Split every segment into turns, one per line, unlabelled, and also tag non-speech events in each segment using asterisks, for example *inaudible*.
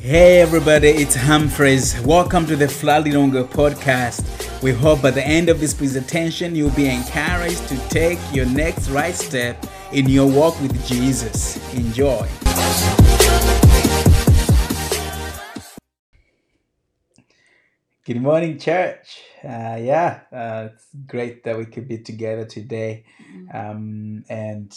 Hey everybody, it's Humphreys. Welcome to the Flalilongo podcast. We hope by the end of this presentation you'll be encouraged to take your next right step in your walk with Jesus. Enjoy. Good morning, church. Uh, yeah, uh, it's great that we could be together today. Um, and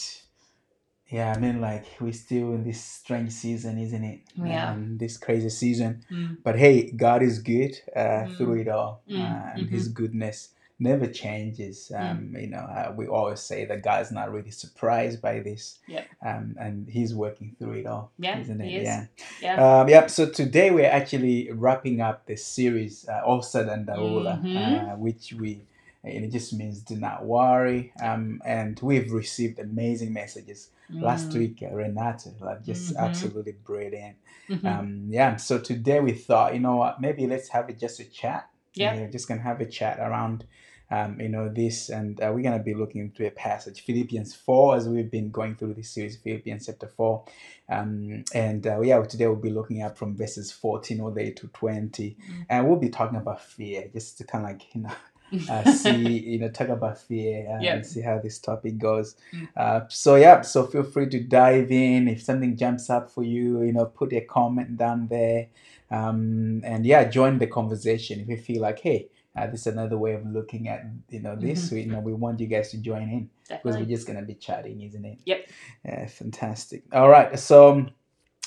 yeah, I mean, like we're still in this strange season, isn't it?
We are.
Um, this crazy season.
Mm.
But hey, God is good uh,
Mm.
through it all,
Mm,
uh, and His goodness never changes. Um, You know, uh, we always say that God's not really surprised by this,
Yep.
um, and He's working through it all,
Yeah,
isn't it?
he is.
Yeah.
Yeah.
Um, yeah. So today we're actually wrapping up the series uh, Osad and Daula, uh,
Mhm.
which we and it just means do not worry. Um, and we've received amazing messages. Last
Mm.
week, uh, Renata, like just
Mhm.
absolutely brilliant.
Mhm.
Um, yeah, so today we thought, you know what, maybe let's have it just a chat.
Yeah.
We're just going to have a chat around, um, you know, this. And uh, we're going to be looking through a passage, Philippians 4, as we've been going through this series, Philippians chapter 4. Um, and uh, yeah, today we'll be looking at from verses 14 all the way to 20.
Mm.
And we'll be talking about fear, just to kind of like, you know, *laughs*
*laughs*
uh, see, you know, talk about fear uh,
Yeah.
and see how this topic goes.
Mm.
Uh, so yeah, so feel free to dive in. If something jumps up for you, you know, put a comment down there, um, and yeah, join the conversation. If you feel like, hey, uh, this is another way of looking at, you know, this.
Mhm.
We, you know, we want you guys to join in because
Definitely.
we're just gonna be chatting, isn't it?
Yep.
Yeah, fantastic. All right, so um,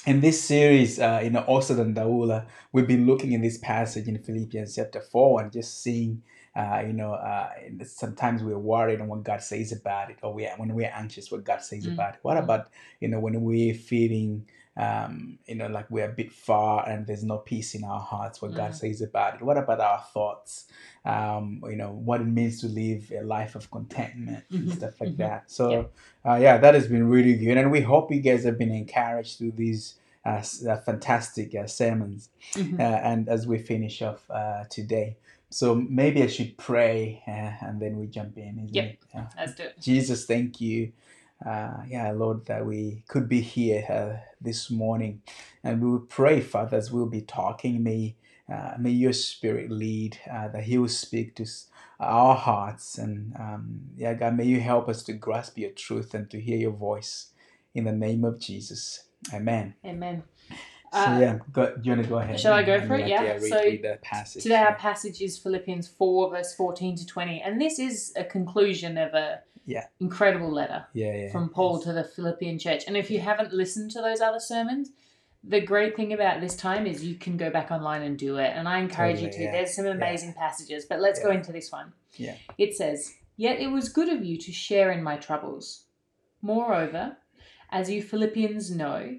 in this series, uh, you know, Osad and Daula, we've been looking in this passage in Philippians chapter four and just seeing, uh, you know, uh, sometimes we're worried on what God says about it, or we are, when we're anxious, what God says
Mm.
about it. What
Mm.
about, you know, when we're feeling, um, you know, like we're a bit far and there's no peace in our hearts, what God
Mm.
says about it. What about our thoughts? Um, you know, what it means to live a life of contentment and
Mhm.
stuff like
Mhm.
that. So.
Yeah.
Uh, yeah, that has been really good, and we hope you guys have been encouraged through these uh, s- uh, fantastic uh, sermons.
Mhm.
Uh, and as we finish off uh, today, so maybe I should pray, uh, and then we jump in, isn't
Yep.
it? Uh,
Let's do it.
Jesus, thank you. Uh, yeah, Lord, that we could be here uh, this morning. And we will pray, Father, as we'll be talking, may, uh, may your spirit lead, uh, that he will speak to s- our hearts. And um, yeah, God, may you help us to grasp your truth and to hear your voice in the name of Jesus. Amen.
Amen.
So,
Uh,
yeah, go, do you want to go ahead?
shall I go
and,
for it?
like,
Yeah.
read,
So
read the passage.
Today our passage is Philippians 4, verse 14 to 20. And this is a conclusion of a
Yeah.
incredible letter
yeah, yeah.
from Paul to the Philippian church. And if you haven't listened to those other sermons, the great thing about this time is you can go back online and do it. And I encourage you
Totally,
to.
yeah.
There's some amazing passages, but let's go
Yeah.
into this one.
Yeah.
It says, Yet it was good of you to share in my troubles. Moreover, as you Philippians know,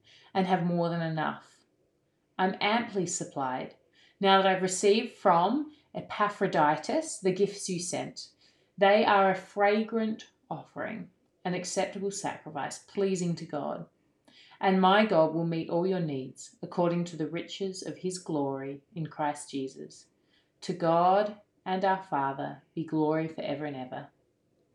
and have more than enough. I'm amply supplied now that I've received from Epaphroditus the gifts you sent. They are a fragrant offering, an acceptable sacrifice, pleasing to God. And my God will meet all your needs according to the riches of his glory in Christ Jesus. To God and our Father be glory forever and ever.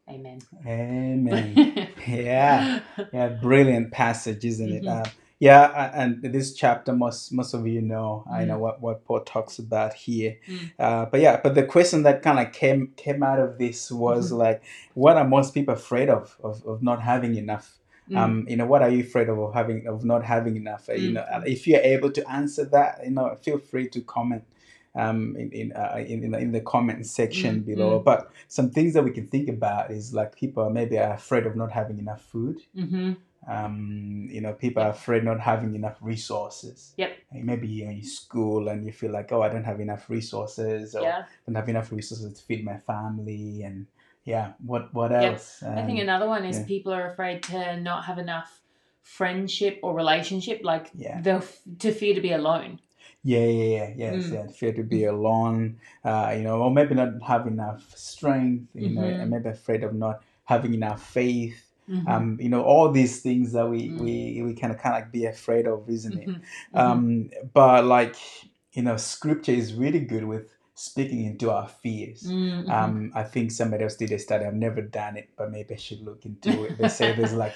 Amen.
Amen.
*laughs*
yeah. Yeah, brilliant passage, isn't it?
Mhm.
Um, yeah, a- and this chapter, most most of you know, I know
Mhm.
what, what Paul talks about here.
Mm.
Uh, but yeah, but the question that kind of came came out of this was
Mhm.
like, what are most people afraid of of, of not having enough?
Mm.
Um, you know, what are you afraid of, of having of not having enough? Uh, You
Mm.
know, uh, if you're able to answer that, you know, feel free to comment. Um, in in, uh, in in the- in the comment section
Mm.
below, but some things that we can think about is like people are maybe are afraid of not having enough food
Mhm.
um, you know, people are
Yep.
afraid not having enough resources.
Yep.
Like, Maybe you're in school and you feel like, oh, I don't have enough resources, or
Yeah.
don't have enough resources to feed my family, and yeah, what what
Yep.
else? Um,
I think another one is
yeah.
people are afraid to not have enough friendship or relationship, like
Yeah.
they'll f- to fear to be alone.
Yeah, yeah, yeah, yes,
Mm.
yeah. Fear to be alone, uh, you know, or maybe not have enough strength, you know,
Mhm.
and maybe afraid of not having enough faith.
Mhm.
Um, you know, all these things that we
Mm.
we we can kind of like be afraid of, isn't it?
Mhm. Mhm.
Um, but like, you know, scripture is really good with speaking into our fears.
Mm, mhm.
Um, I think somebody else did a study. I've never done it, but maybe I should look into it. They say
*laughs*
there's like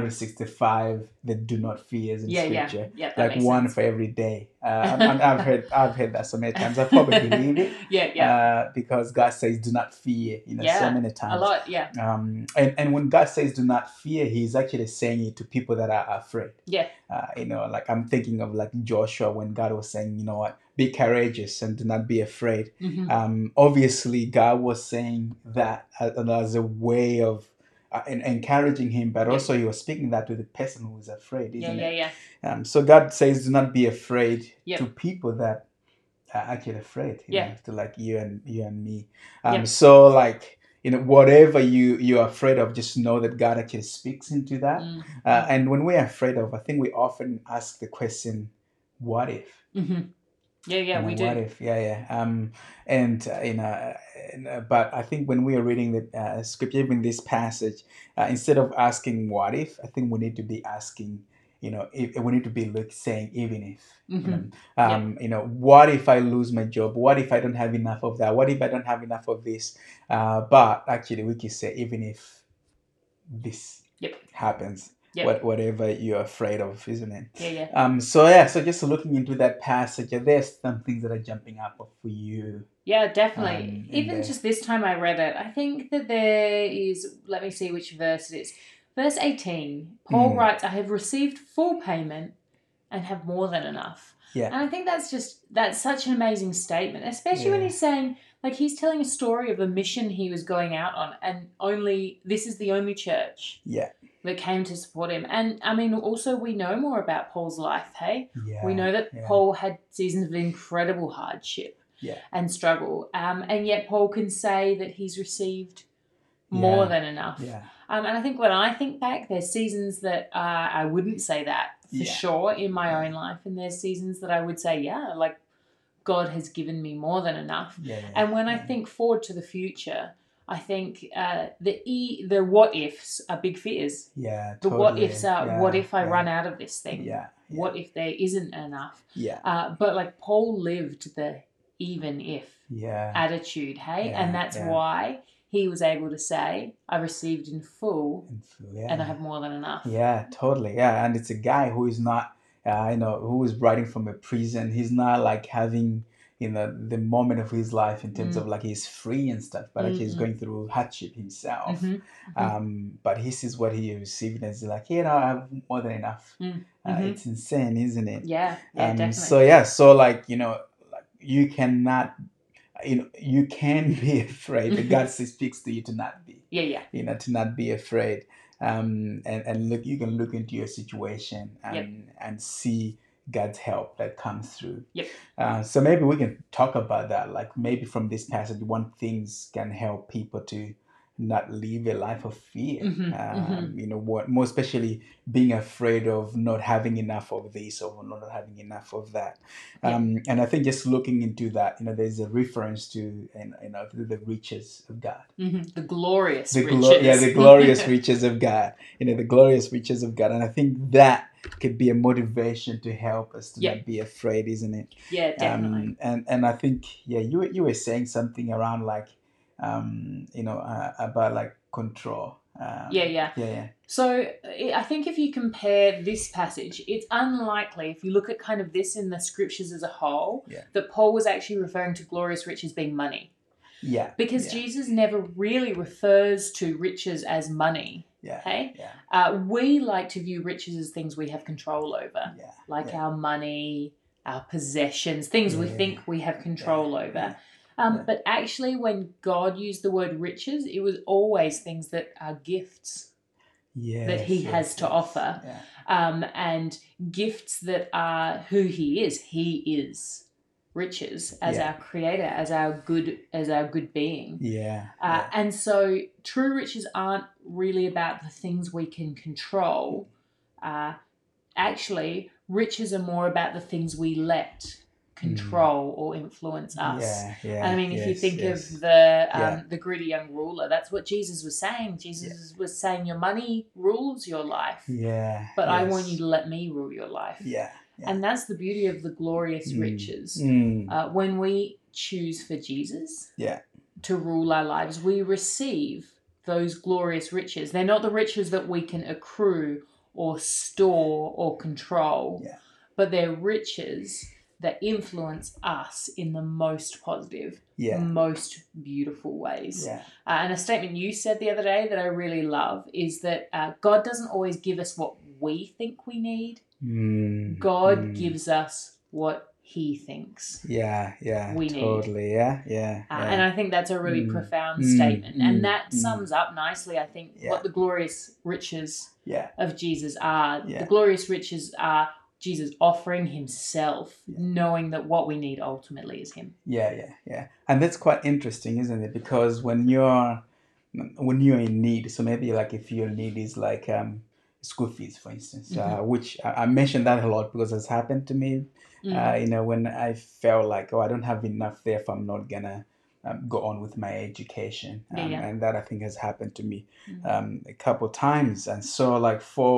365 that do not fears in
yeah, yeah,
scripture
yeah. That
like
makes
one
sense.
for every day.
*laughs*
Uh, and I've heard I've heard that so many times. I probably believe it
yeah, yeah,
uh, because God says, "Do not fear." You know, so
Yeah,
many
a
times.
lot. Yeah,
Um, and and when God says, "Do not fear," He's actually saying it to people that are afraid.
yeah.
Uh, you know, like I'm thinking of like Joshua when God was saying, "You know what? Be courageous and do not be afraid."
hmm
Um, obviously, God was saying that as, as a way of uh, en- encouraging him, but
Yeah.
also He was speaking that to the person who was afraid,
yeah,
isn't it?
yeah, yeah,
Um, so God says, "Do not be afraid."
Yep.
To people that are actually afraid, you
Yeah.
know, to like you and you and me. Um,
Yep.
so like you know, whatever you you're afraid of, just know that God actually speaks into that.
Mm,
Uh, and when we're afraid of, I think we often ask the question, "What if?"
mm-hmm. Yeah, yeah,
you know
we
what
do.
if yeah yeah um and uh, you know uh, and, uh, but i think when we are reading the uh, scripture even this passage uh, instead of asking what if i think we need to be asking you know if, we need to be like saying even if you
Mm-hmm.
know
Yeah.
um you know what if i lose my job what if i don't have enough of that what if i don't have enough of this uh but actually we can say even if this
Yep.
happens
Yep.
what whatever you're afraid of isn't it
Yeah, yeah.
um so yeah so just looking into that passage are there some things that are jumping up for you
Yeah, definitely.
um in
Even
there
just this time I read it, I think that there is, let me see which verse it is. Verse 18, Paul
Mm,
writes, I have received full payment and have more than enough.
yeah
And I think that's just, that's such an amazing statement, especially when
yeah
he's saying, like, he's telling a story of a mission he was going out on, and only, this is the only church
yeah
that came to support him. And I mean, also, we know more about Paul's life, hey? We
yeah
know that
Um, yeah
Paul had seasons of incredible hardship
yeah
and struggle. Um, and yet, Paul can say that he's received more
yeah
than enough.
yeah
Um, and I think when I think back, there's seasons that uh, I wouldn't say that for
yeah
sure in my
yeah
own life, and there's seasons that I would say, yeah, like God has given me more than enough.
yeah yeah
And when I
yeah
think forward to the future, I think uh, the e the what ifs are big fears.
yeah
The what ifs
totally
are what
yeah
if I
yeah
run out of this thing?
yeah yeah
What if there isn't enough?
yeah
Uh, but like Paul lived the even if
yeah
attitude, hey? And
yeah
that's
yeah
why he was able to say, I received in full
and so,
and I
yeah
have more than enough.
Yeah, totally. Yeah, and it's a guy who is not, uh, you know, who is writing from a prison. He's not like having, you know, the moment of his life in terms of
Mm,
like he's free and stuff, but actually he's
mm,
going through hardship himself.
mm, hmm
Um, but he sees what he received and he's like, you know, I have more than enough.
mm,
Uh,
mm-hmm.
it's insane, isn't it?
Yeah, yeah,
Um, so
definitely.
yeah, so like, you know, like you cannot, you know, you can *laughs* be afraid,
*laughs*
but
yeah,
God still speaks to you to not be
yeah.
you know to not be afraid um and, and look you can look into your situation
Yep,
and and see god's help that comes through
yep.
uh, so maybe we can talk about that like maybe from this passage one things can help people to not live a life of fear
Mm-hmm, mm-hmm.
um, you know what more especially being afraid of not having enough of this or not having enough of that
Yep.
um, and i think just looking into that you know there's a reference to and you know the the riches of god
hmm The glorious
the glo- yeah
riches.
the glorious
*laughs*
riches of god you know the glorious riches of god and i think that could be a motivation to help us to
yep,
not be afraid isn't it
yeah, definitely.
um and and i think yeah you were- you were saying something around like um you know uh, about like control
Yeah,
um
yeah.
yeah yeah
So eh, I I think if you compare this passage, it's unlikely, if you look at kind of this in the scriptures as a whole,
yeah
that Paul was actually referring to glorious riches being money.
yeah
because
yeah
Jesus never really refers to riches as money.
yeah
Hey,
yeah
uh, we like to view riches as things we have control over,
yeah
like
yeah
our money, our possessions, things we
yeah
think we have
yeah
control over.
yeah
Um,
yeah
but actually, when God used the word riches, it was always things that are gifts that
yes
He has
yes
to
yes
offer,
yeah
um, and gifts that are who He is. He is riches as
yeah
our creator, as our good, as our good being.
yeah
Uh,
yeah
and so true riches aren't really about the things we can control. Uh, actually, riches are more about the things we let control or influence us.
Hmm. Yeah, yeah.
I mean, if you
yes,
think
yes.
of the um,
Yeah.
the gritty young ruler, that's what Jesus was saying. Jesus was saying, "Your money rules your life,
Yeah.
but I
yes.
want you to let me rule your life."
Yeah. yeah.
And that's the beauty of the glorious
Mm.
riches.
Mm,
Uh, when we choose for Jesus
Yeah.
to rule our lives, we receive those glorious riches. They're not the riches that we can accrue or store or control,
Yeah.
but they're riches that influence us in the most positive,
yeah.
most beautiful ways.
Yeah.
Uh, and a statement you said the other day that I really love is that uh, God doesn't always give us what we think we need,
Mm,
God
mm.
gives us what He thinks.
Yeah. Yeah.
we need.
totally. Yeah. Yeah.
Uh,
yeah.
And I think that's a really
Mm.
profound
Mm.
statement.
Mm.
And that
Mm.
sums up nicely, I think,
Yeah.
what the glorious riches
yeah.
of Jesus are.
Yeah.
The glorious riches are Jesus offering himself,
Yeah.
knowing that what we need ultimately is him.
Yeah. Yeah. Yeah. And that's quite interesting, isn't it? Because when you're when you're in need, so maybe like if your need is like um school fees, for instance, uh,
Mm-hmm.
which I, I mentioned that a lot because it's happened to me
Mm.
uh, you know when i felt like oh i don't have enough there if i'm not gonna um, go on with my education
Yeah,
um,
yeah.
and that i think has happened to me
Mm.
um, a couple times and so like for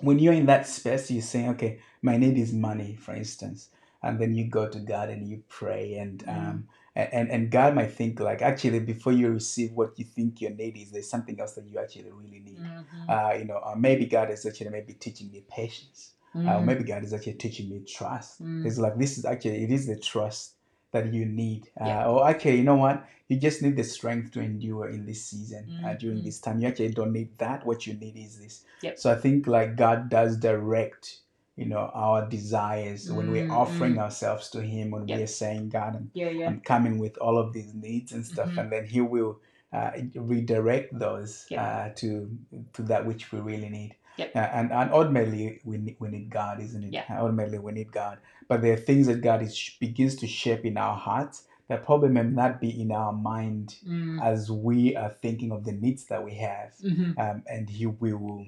when you're in that space you're saying okay my need is money for instance and then you go to god and you pray and um, a- and and god might think like actually before you receive what you think your need is there's something else that you actually really need
Mhm.
uh, you know or maybe god is actually maybe teaching me patience uh,
Mm.
maybe God is actually teaching me trust.
Mm.
It's like this is actually it is the trust that you need. Uh,
Yeah.
Or okay, you know what? You just need the strength to endure in this season uh, during
Mhm.
this time. You actually don't need that. What you need is this.
Yep.
So I think like God does direct, you know, our desires when we're
Mm,
offering
mm.
ourselves to Him when
Yep.
we're saying, God, I'm,
Yeah, yeah.
I'm coming with all of these needs and stuff,
Mhm.
and then He will. Uh, redirect those
Yep.
uh, to to that which we really need.
Yep.
Yeah, and, and ultimately we need, we need God, isn't it? Uh,
Yeah.
Ultimately we need God. But there are things that God is, begins to shape in our hearts that probably may not be in our mind
Mm.
as we are thinking of the needs that we have.
Mhm.
Um, and He will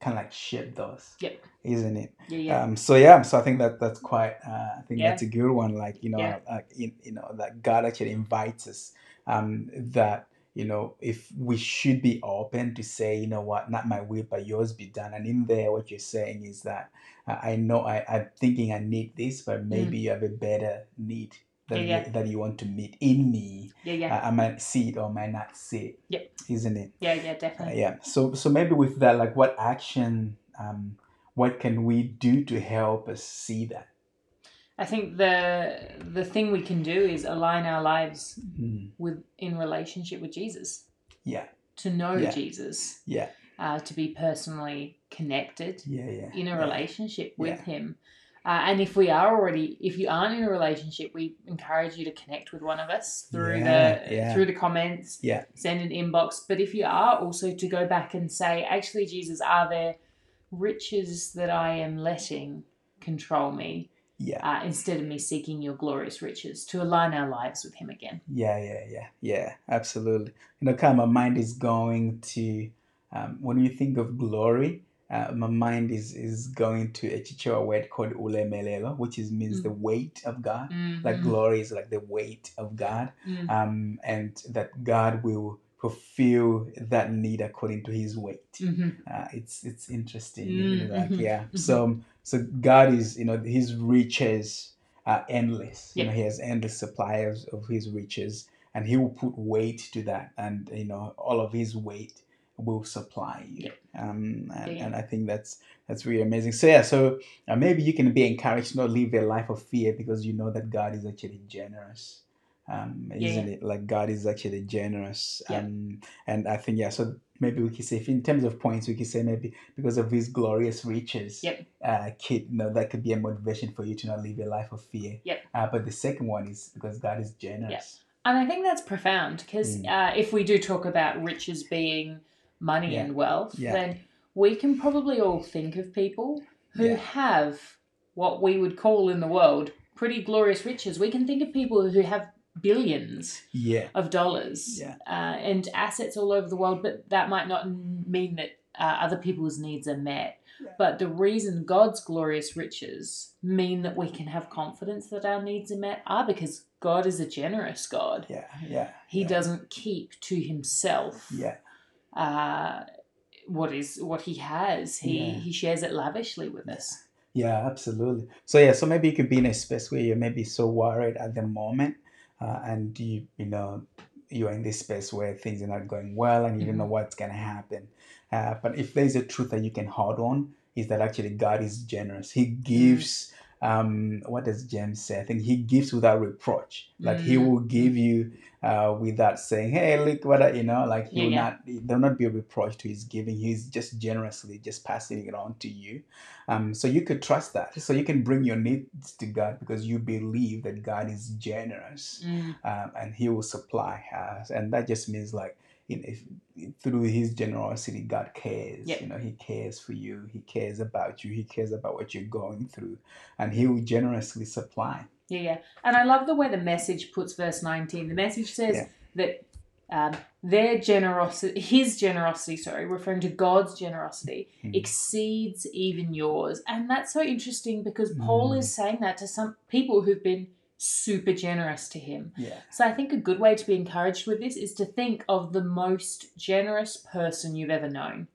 kind of like shape those.
Yep.
Isn't it?
Yeah, yeah.
Um, so yeah, so I think that that's quite. Uh, I think
Yeah.
that's a good one. Like you know,
Yeah.
like, you, you know that God actually invites us. Um, that you know, if we should be open to say, you know what, not my will but yours be done. And in there, what you're saying is that uh, I know I, I'm thinking I need this, but maybe you have a better need that
Mm. Yeah, yeah.
you, that you want to meet in me.
yeah, yeah.
I, I might see it or might not see it.
Yep.
Isn't it?
yeah, yeah,
Uh,
definitely.
yeah so so maybe with that like what action um what can we do to help us see that
I think the the thing we can do is align our lives
Mm,
with in relationship with Jesus.
yeah
to know
Yeah.
Jesus,
yeah
uh, to be personally connected
yeah yeah
in a
yeah.
relationship with
Yeah.
Him. Uh, and if we are already, if you aren't in a relationship, we encourage you to connect with one of us through
Yeah,
the
yeah.
through the comments,
Yeah.
send an inbox. But if you are also to go back and say, actually, Jesus, are there riches that I am letting control me
yeah
uh, instead of me seeking your glorious riches? To align our lives with Him again.
yeah yeah yeah yeah absolutely you know kind of my mind is going to um, when you think of glory uh, my mind is is going to a Chichewa word called ule melelo which is means
Mm.
the weight of god like
Mhm.
glory is like the weight of god
Mm.
um and that god will fulfill that need according to his weight
Mhm.
uh, it's it's interesting
Mm,
you know, like
mhm,
yeah
mhm.
so so god is you know his riches are endless you
Yeah.
know he has endless supply of, of his riches and he will put weight to that and you know all of his weight will supply you
Yeah.
um and,
Yeah, yeah.
and i think that's that's really amazing so yeah so uh, maybe you can be encouraged to not live a life of fear because you know that god is actually generous um
yeah.
isn't it like god is actually generous
Yeah.
um and i think yeah so maybe we could say if in terms of points we could say maybe because of his glorious riches
Yep.
uh kid you know that could be a motivation for you to not live a life of fear
Yep.
uh, but the second one is because god is generous
And I think that's profound because
Mm.
uh, if we do talk about riches being money
Yeah.
and wealth,
Yeah.
then we can probably all think of people who
Yeah.
have what we would call in the world pretty glorious riches. We can think of people who have billions
yeah
of dollars
Yeah.
uh, and assets all over the world, but that might not mean that uh, other people's needs are met. But the reason God's glorious riches mean that we can have confidence that our needs are met are because God is a generous God.
Yeah, yeah,
He
yeah,
doesn't keep to himself
yeah,
uh, what is what he has. He
Yeah.
he shares it lavishly with us.
yeah, absolutely. So yeah, so maybe you could be in a space where you're maybe so worried at the moment, uh, and you you know you're in this space where things are not going well, and you don't know
Mm-hmm.
what's gonna happen. Uh, but if there's a truth that you can hold on, is that actually God is generous. He
Mm-hmm.
gives. Um, what does James say? I think he gives without reproach. Like he
Mm.
will give you uh, without saying, "Hey, look what I," you know. Like he
Yeah,
will
yeah.
not. There will not be a reproach to his giving. He's just generously just passing it on to you. Um, so you could trust that. So you can bring your needs to God because you believe that God is generous
Mm.
um, and He will supply us. And that just means like you know, if, through His generosity, God cares.
Yep.
You know, He cares for you. He cares about you. He cares about what you're going through, and He will generously supply.
Yeah, yeah. And I love the way the message puts verse 19. The message says
Yeah.
that um, their generosity, his generosity, sorry, referring to God's generosity,
Mm.
exceeds even yours. And that's so interesting because Paul
Mm.
is saying that to some people who've been super generous to him.
Yeah.
So I think a good way to be encouraged with this is to think of the most generous person you've ever known.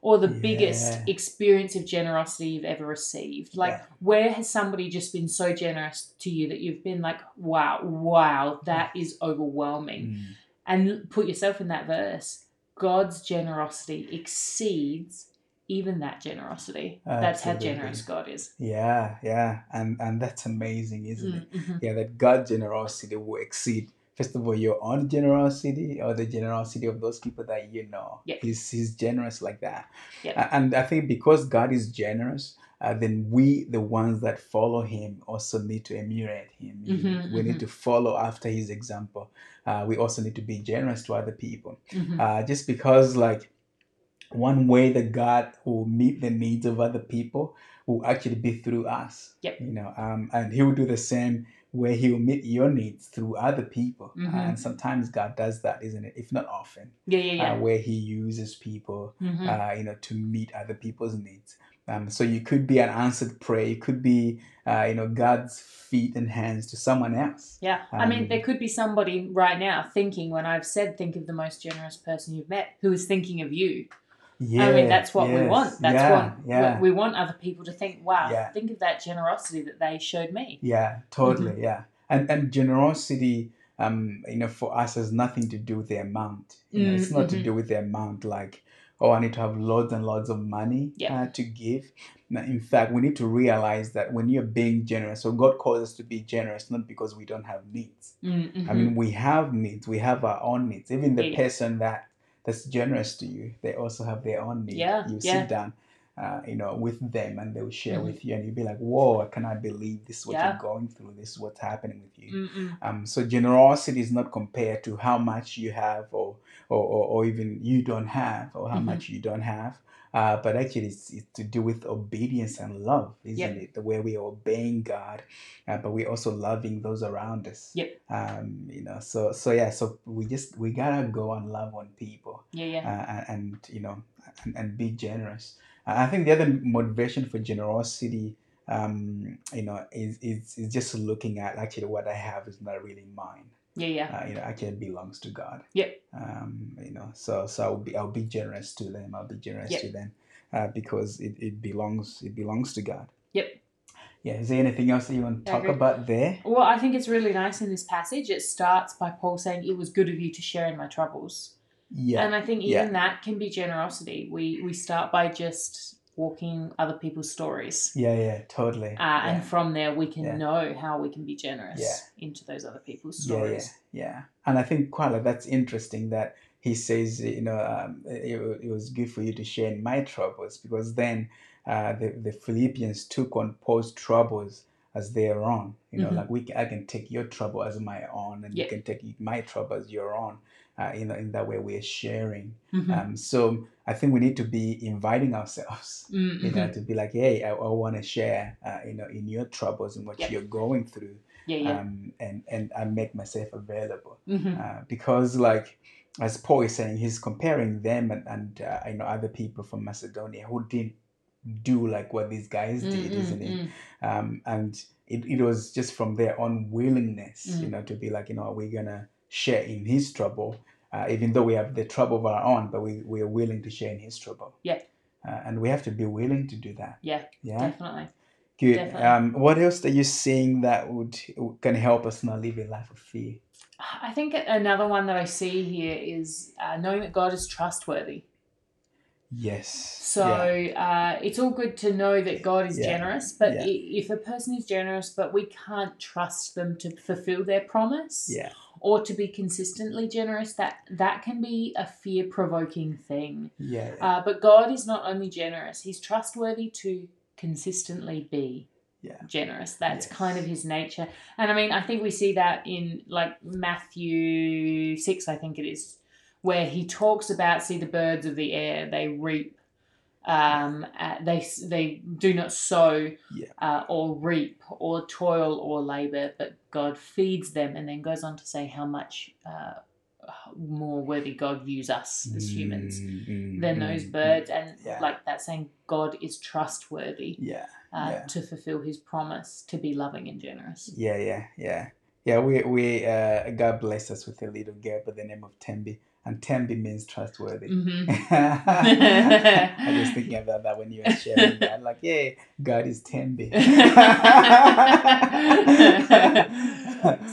Or the biggest
Yeah.
experience of generosity you've ever received. Like,
Yeah.
where has somebody just been so generous to you that you've been like, wow, wow, that is overwhelming?
Mm.
And put yourself in that verse. God's generosity exceeds even that generosity. That's how
Absolutely.
generous God is.
Yeah, yeah, and and that's amazing, isn't it?
Mm, mhm.
yeah, that God's generosity will exceed, first of all, your own generosity or the generosity of those people that you know.
Yeah.
He's, he's generous like that.
Yeah.
A- And I think because God is generous, uh, then we, the ones that follow him, also need to emulate him.
Mhm,
we
mhm.
need to follow after his example. Uh, we also need to be generous to other people.
Mhm.
Uh, just because, like, one way that God will meet the needs of other people will actually be through us.
Yep.
You know, um, and He will do the same where He will meet your needs through other people. Uh,
Mhm.
And sometimes God does that, isn't it? If not often,
Yeah, yeah,
uh,
yeah.
where He uses people,
Mhm.
uh, you know, to meet other people's needs. Um, so you could be an answered prayer. You could be, uh, you know, God's feet and hands to someone else.
Yeah, I mean,
Um,
there could be somebody right now thinking when I've said, think of the most generous person you've met, who is thinking of you.
Yeah.
I mean, that's what we
yes,
want. That's
yeah,
what
Yeah.
we we want other people to think, wow,
Yeah.
think of that generosity that they showed me.
Yeah, totally. Yeah, and and generosity, um, you know, for us has nothing to do with the amount. You know, it's not to
Mhm.
do with the amount. Like, oh, I need to have loads and loads of money
Yeah.
uh, to give. No, In fact, we need to realize that when you're being generous, so God calls us to be generous, not because we don't have needs.
Mm-hmm.
I mean, we have needs. We have our own needs. Even the
Yeah.
person that that's generous to you, they also have their own needs.
Yeah,
You
yeah.
sit down. Uh, you know, with them, and they will share
Mhm.
with you, and you'll be like, "Whoa, I cannot believe this is what
Yeah.
you're going through. This is what's happening with you."
Mm-mm.
Um, so generosity is not compared to how much you have, or or, or, or even you don't have, or how
Mhm.
much you don't have. Uh, but actually, it's, it's to do with obedience and love, isn't
Yep.
it? The way we are obeying God, uh, but we're also loving those around us.
Yep.
Um, you know, so so yeah, so we just we gotta go and love on people
Yeah, yeah.
uh, and you know and, and be generous i I think the other motivation for generosity um you know is, is is just looking at actually what i have is not really mine
Yeah, yeah.
uh, you know actually it belongs to god
Yep.
um you know so so i'll be i'll be generous to them i'll be generous
Yep.
to them uh, because it, it belongs it belongs to god
Yep.
yeah is there anything else that you want to
I
talk
agree.
about there
Well, I think it's really nice in this passage. It starts by Paul saying, It was good of you to share in my troubles.
yeah
And I think even
Yeah.
that can be generosity. We we start by just walking other people's stories.
yeah yeah totally
Uh, And from there, we can
Yeah.
know how we can be generous
Yeah.
into those other people's
Yeah, yeah,
stories.
yeah. And I think Kuala, that's interesting that he says, you know, um, it, wa- it was good for you to share in my troubles because then uh, the, the Philippians took on Paul's troubles as their own. You know,
Mhm.
like we, can, I can take your trouble as my own, and
Yeah.
you can take my trouble as your own. Uh, you know, in that way we're sharing.
Mhm.
Um, so I think we need to be inviting ourselves
Mm,
you know,
mhm.
to be like, hey, I, I want to share, uh, you know, in your troubles and what
Yep.
you're going through,
Yeah, yeah.
um, and and I make myself available
Mhm.
uh, because like as Paul is saying, he's comparing them and, and uh, I know other people from Macedonia who didn't do like what these guys did,
Mm, mm,
isn't it?
mm.
Um, and it, it was just from their own willingness, you
Mm.
know, to be like, you know, we're going to share in his trouble, uh, even though we have the trouble of our own, but we, we are willing to share in his trouble.
Yeah.
Uh, and we have to be willing to do that.
Yeah.
Yeah.
Definitely.
Good.
definitely.
Um, what else are you seeing that would can help us not live a life of fear?
I think another one that I see here is uh, knowing that God is trustworthy.
Yes.
So
Yeah.
uh, it's all good to know that God is
Yeah.
generous, but
Yeah.
i if a person is generous, but we can't trust them to fulfill their promise
Yeah.
or to be consistently generous, that that can be a fear provoking thing.
Yeah.
Uh, but God is not only generous; He's trustworthy to consistently be
Yeah.
generous. That's
Yes.
kind of His nature, and I mean, I think we see that in like Matthew six, I think it is, where He talks about see the birds of the air; they reap, um, uh, they they do not sow,
Yeah.
uh, or reap, or toil, or labor, but God feeds them, and then goes on to say how much. Uh, more worthy God views us as humans
Mm, mm,
than
mm,
those
mm.
birds and
Yeah.
like that saying god is trustworthy
Yeah,
uh,
yeah.
to fulfill his promise to be loving and generous
yeah, yeah, yeah, yeah. We we uh, God blessed us with a little girl by the name of Tembi, and Tembi means trustworthy.
hmm
I was thinking about that when you were sharing that. Like, yeah, God is Tembi.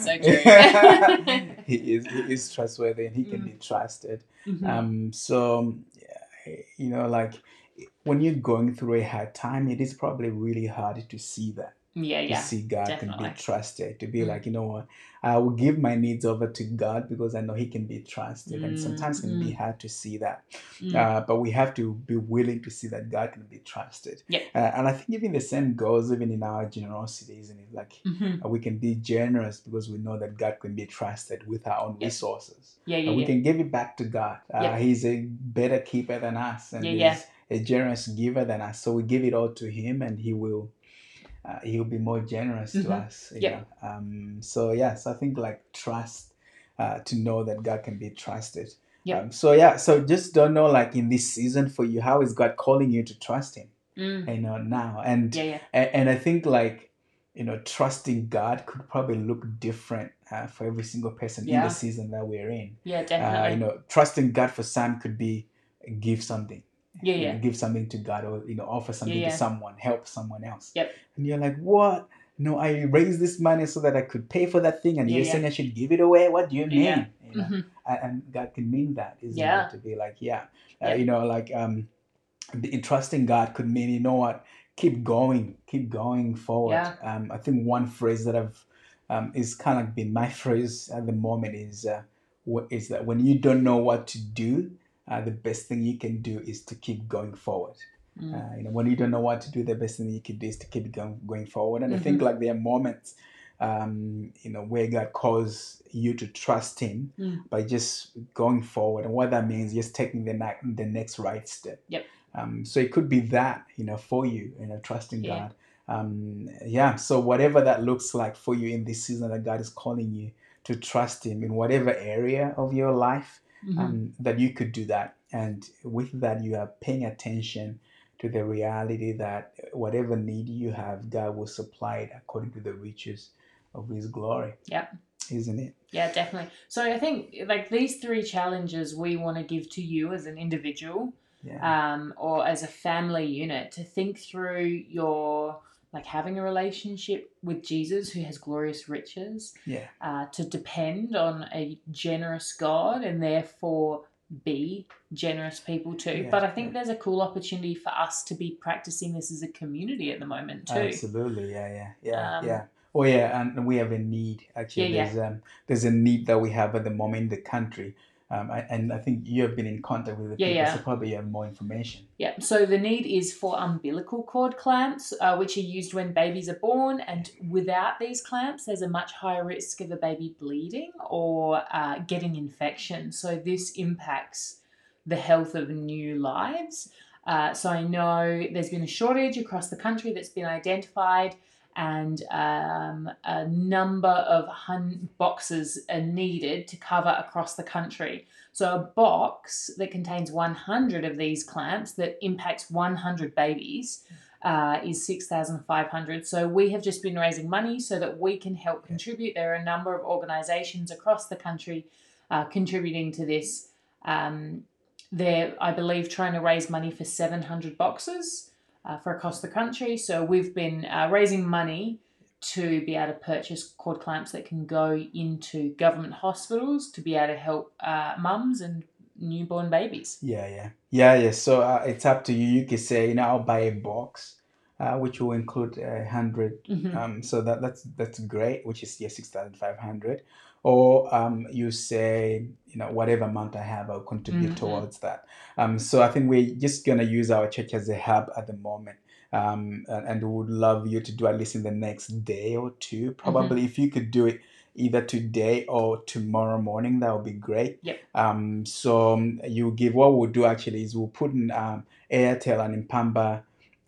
So true.
*laughs*
Mm.
he is he is trustworthy and he can be trusted.
Mm-hmm.
Um, so, yeah, you know, like when you're going through a hard time, it is probably really hard to see that.
yeah
To
yeah
see God can
definitely.
be trusted, to be
Mm.
like, you know what, I will give my needs over to God because I know He can be trusted. And sometimes it can be hard to see that.
Mm.
Uh, but we have to be willing to see that God can be trusted.
Yeah.
Uh, and I think even the same goes even in our generosity, isn't it? Like,
Mhm.
uh, we can be generous because we know that God can be trusted with our own
Yeah.
resources.
yeah yeah
And Uh, we
yeah
can give it back to God. Uh,
Yeah.
He's a better keeper than us, and
Yeah,
He's
yeah.
a generous giver than us. So we give it all to Him, and He will, uh, He'll be more generous
Mhm.
to us. you
Yeah.
know. Um. So yeah. So I think like trust, uh, to know that God can be trusted.
Yeah.
Um, so yeah. So just don't know like in this season for you, how is God calling you to trust Him?
Mm.
You know now, and
yeah yeah
and, and I think like you know trusting God could probably look different uh, for every single person in
Yeah.
the season that we're in.
yeah
Uh, you
definitely
know, trusting God for some could be give something,
yeah
you know,
yeah
give something to God, or you know, offer something
yeah.
to someone, help someone else.
Yep.
And you're like, what? No, I raised this money so that I could pay for that thing, and
Yeah,
you're
yeah.
saying I should give it away. What do you mean?
Yeah.
You know?
Mhm.
and, and God can mean that, isn't
Yeah.
it? To be like, yeah, uh,
Yeah.
you know, like um, the- trusting God could mean, you know what, keep going, keep going forward.
Yeah.
Um, I think one phrase that I've um, is kind of been my *laughs* phrase at the moment is uh, what is that when you don't know what to do, uh, the best thing you can do is to keep going forward.
Mm.
Uh, you know, when you don't know what to do, the best thing you can do is to keep going, going forward. And I
Mm-hmm.
think like there are moments, um, you know, where God calls you to trust Him
Mm.
by just going forward, and what that means, just taking the next the next right step.
Yep.
Um, so it could be that you know for you, you know, trusting
Yeah.
God. Um, yeah. So whatever that looks like for you in this season that God is calling you to trust Him in whatever area of your life,
Mhm.
um, that you could do that. And with that, you are paying attention to the reality that whatever need you have, God will supply it according to the riches of His glory.
Yep.
Isn't it?
Yeah, definitely. So I think like these three challenges we want to give to you as an individual
Yeah.
um, or as a family unit to think through your like having a relationship with Jesus who has glorious riches,
yeah.
uh, to depend on a generous God and therefore be generous people too.
Yeah,
but I think
yeah.
there's a cool opportunity for us to be practicing this as a community at the moment too.
Absolutely. Yeah. Yeah. Yeah.
Um,
yeah. Oh yeah, and we have a need actually.
Yeah, yeah.
there's um, there's a need that we have at the moment in the country, um, I, and I think you have been in contact with the
Yeah,
people,
yeah.
so probably you have more information.
Yeah, so the need is for umbilical cord clamps, uh, which are used when babies are born. And without these clamps, there's a much higher risk of a baby bleeding or uh, getting infection. So this impacts the health of new lives. Uh, so I know there's been a shortage across the country that's been identified, and um, a number of hun- boxes are needed to cover across the country. So, a box that contains 100 of these clamps that impacts 100 babies uh, is 6,500. So, we have just been raising money so that we can help contribute. There are a number of organisations across the country uh, contributing to this. Um, they're, I believe, trying to raise money for 700 boxes uh, for across the country. So we've been uh, raising money to be able to purchase cord clamps that can go into government hospitals to be able to help uh, mums and newborn babies.
Yeah, yeah, yeah, yeah. So uh, it's up to you. You can say, you know, I'll buy a box, uh, which will include a hundred.
Mhm.
Um, so that that's that's great, which is yeah, six thousand five hundred. Or um, you say, you know, whatever amount I have, I'll contribute
Mhm.
towards that. Um, so I think we're just gonna use our church as a hub at the moment. Um, and, and we would love you to do at least in the next day or two. Probably if you could do it either today or tomorrow morning, that would be great. Um, so um, you give what we'll do actually is we'll put in um, Airtel and Impamba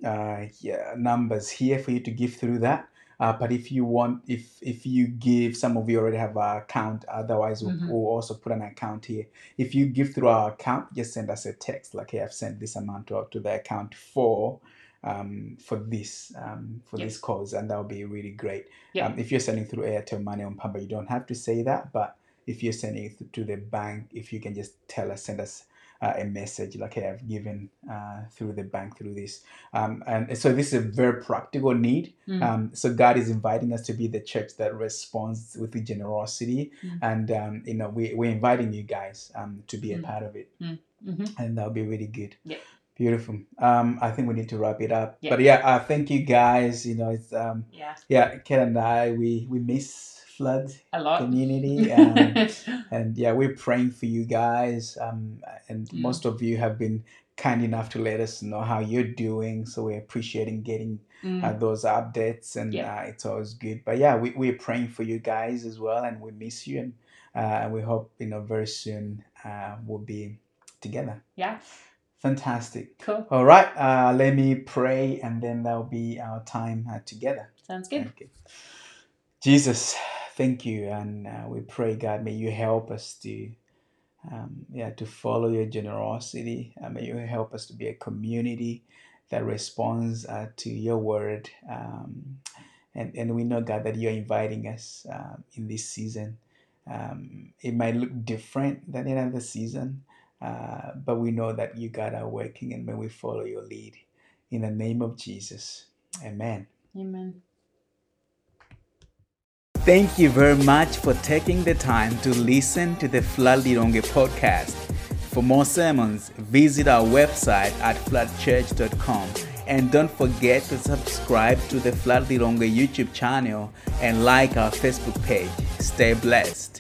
uh, yeah, numbers here for you to give through that. Uh, but if you want, if if you give, some of you already have an account. Otherwise, we'll,
Mhm.
we'll also put an account here. If you give through our account, just send us a text like, "Hey, I've sent this amount to, to the account for." Um, for this um, for
Yep.
this cause and that would be really great
Yep.
um, if you're sending through airtel money on pamba you don't have to say that but if you're sending it to the bank, if you can just tell us, send us uh, a message like, hey, I've given uh, through the bank through this. Um, and so this is a very practical need.
Mm.
Um, so God is inviting us to be the church that responds with the generosity.
Mm.
And, um, you know, we, we're inviting you guys um, to be a
Mm.
part of it.
Mhm.
And that'll be really good.
Yeah.
Beautiful. Um, I think we need to wrap it up.
Yeah.
But yeah, uh, thank you guys. You know, it's, um,
Yeah,
yeah, Ken and I, we, we miss Flood
a lot. *laughs*
Community. Um, and yeah we're praying for you guys um, and
Mm.
most of you have been kind enough to let us know how you're doing so we're appreciating getting
Mm.
uh, those updates and
Yeah.
uh, it's always good but yeah we, we're praying for you guys as well and we miss you and uh, we hope you know very soon uh, we'll be together
Yeah.
fantastic
Cool.
all right uh, let me pray and then that'll be our time uh, together
Sounds good.
Okay. Jesus, thank you, and uh, we pray, God, may you help us to, um, yeah, to follow your generosity. Uh, may you help us to be a community that responds uh, to your word. Um, and and we know, God, that you're inviting us um in this season. Um, it might look different than in other season, uh, but we know that you, God, are working, and may we follow your lead. In the name of Jesus, Amen.
Amen.
Thank you very much for taking the time to listen to the Flatlironge podcast. For more sermons, visit our website at floodchurch.com and don't forget to subscribe to the Flatlironge YouTube channel and like our Facebook page. Stay blessed.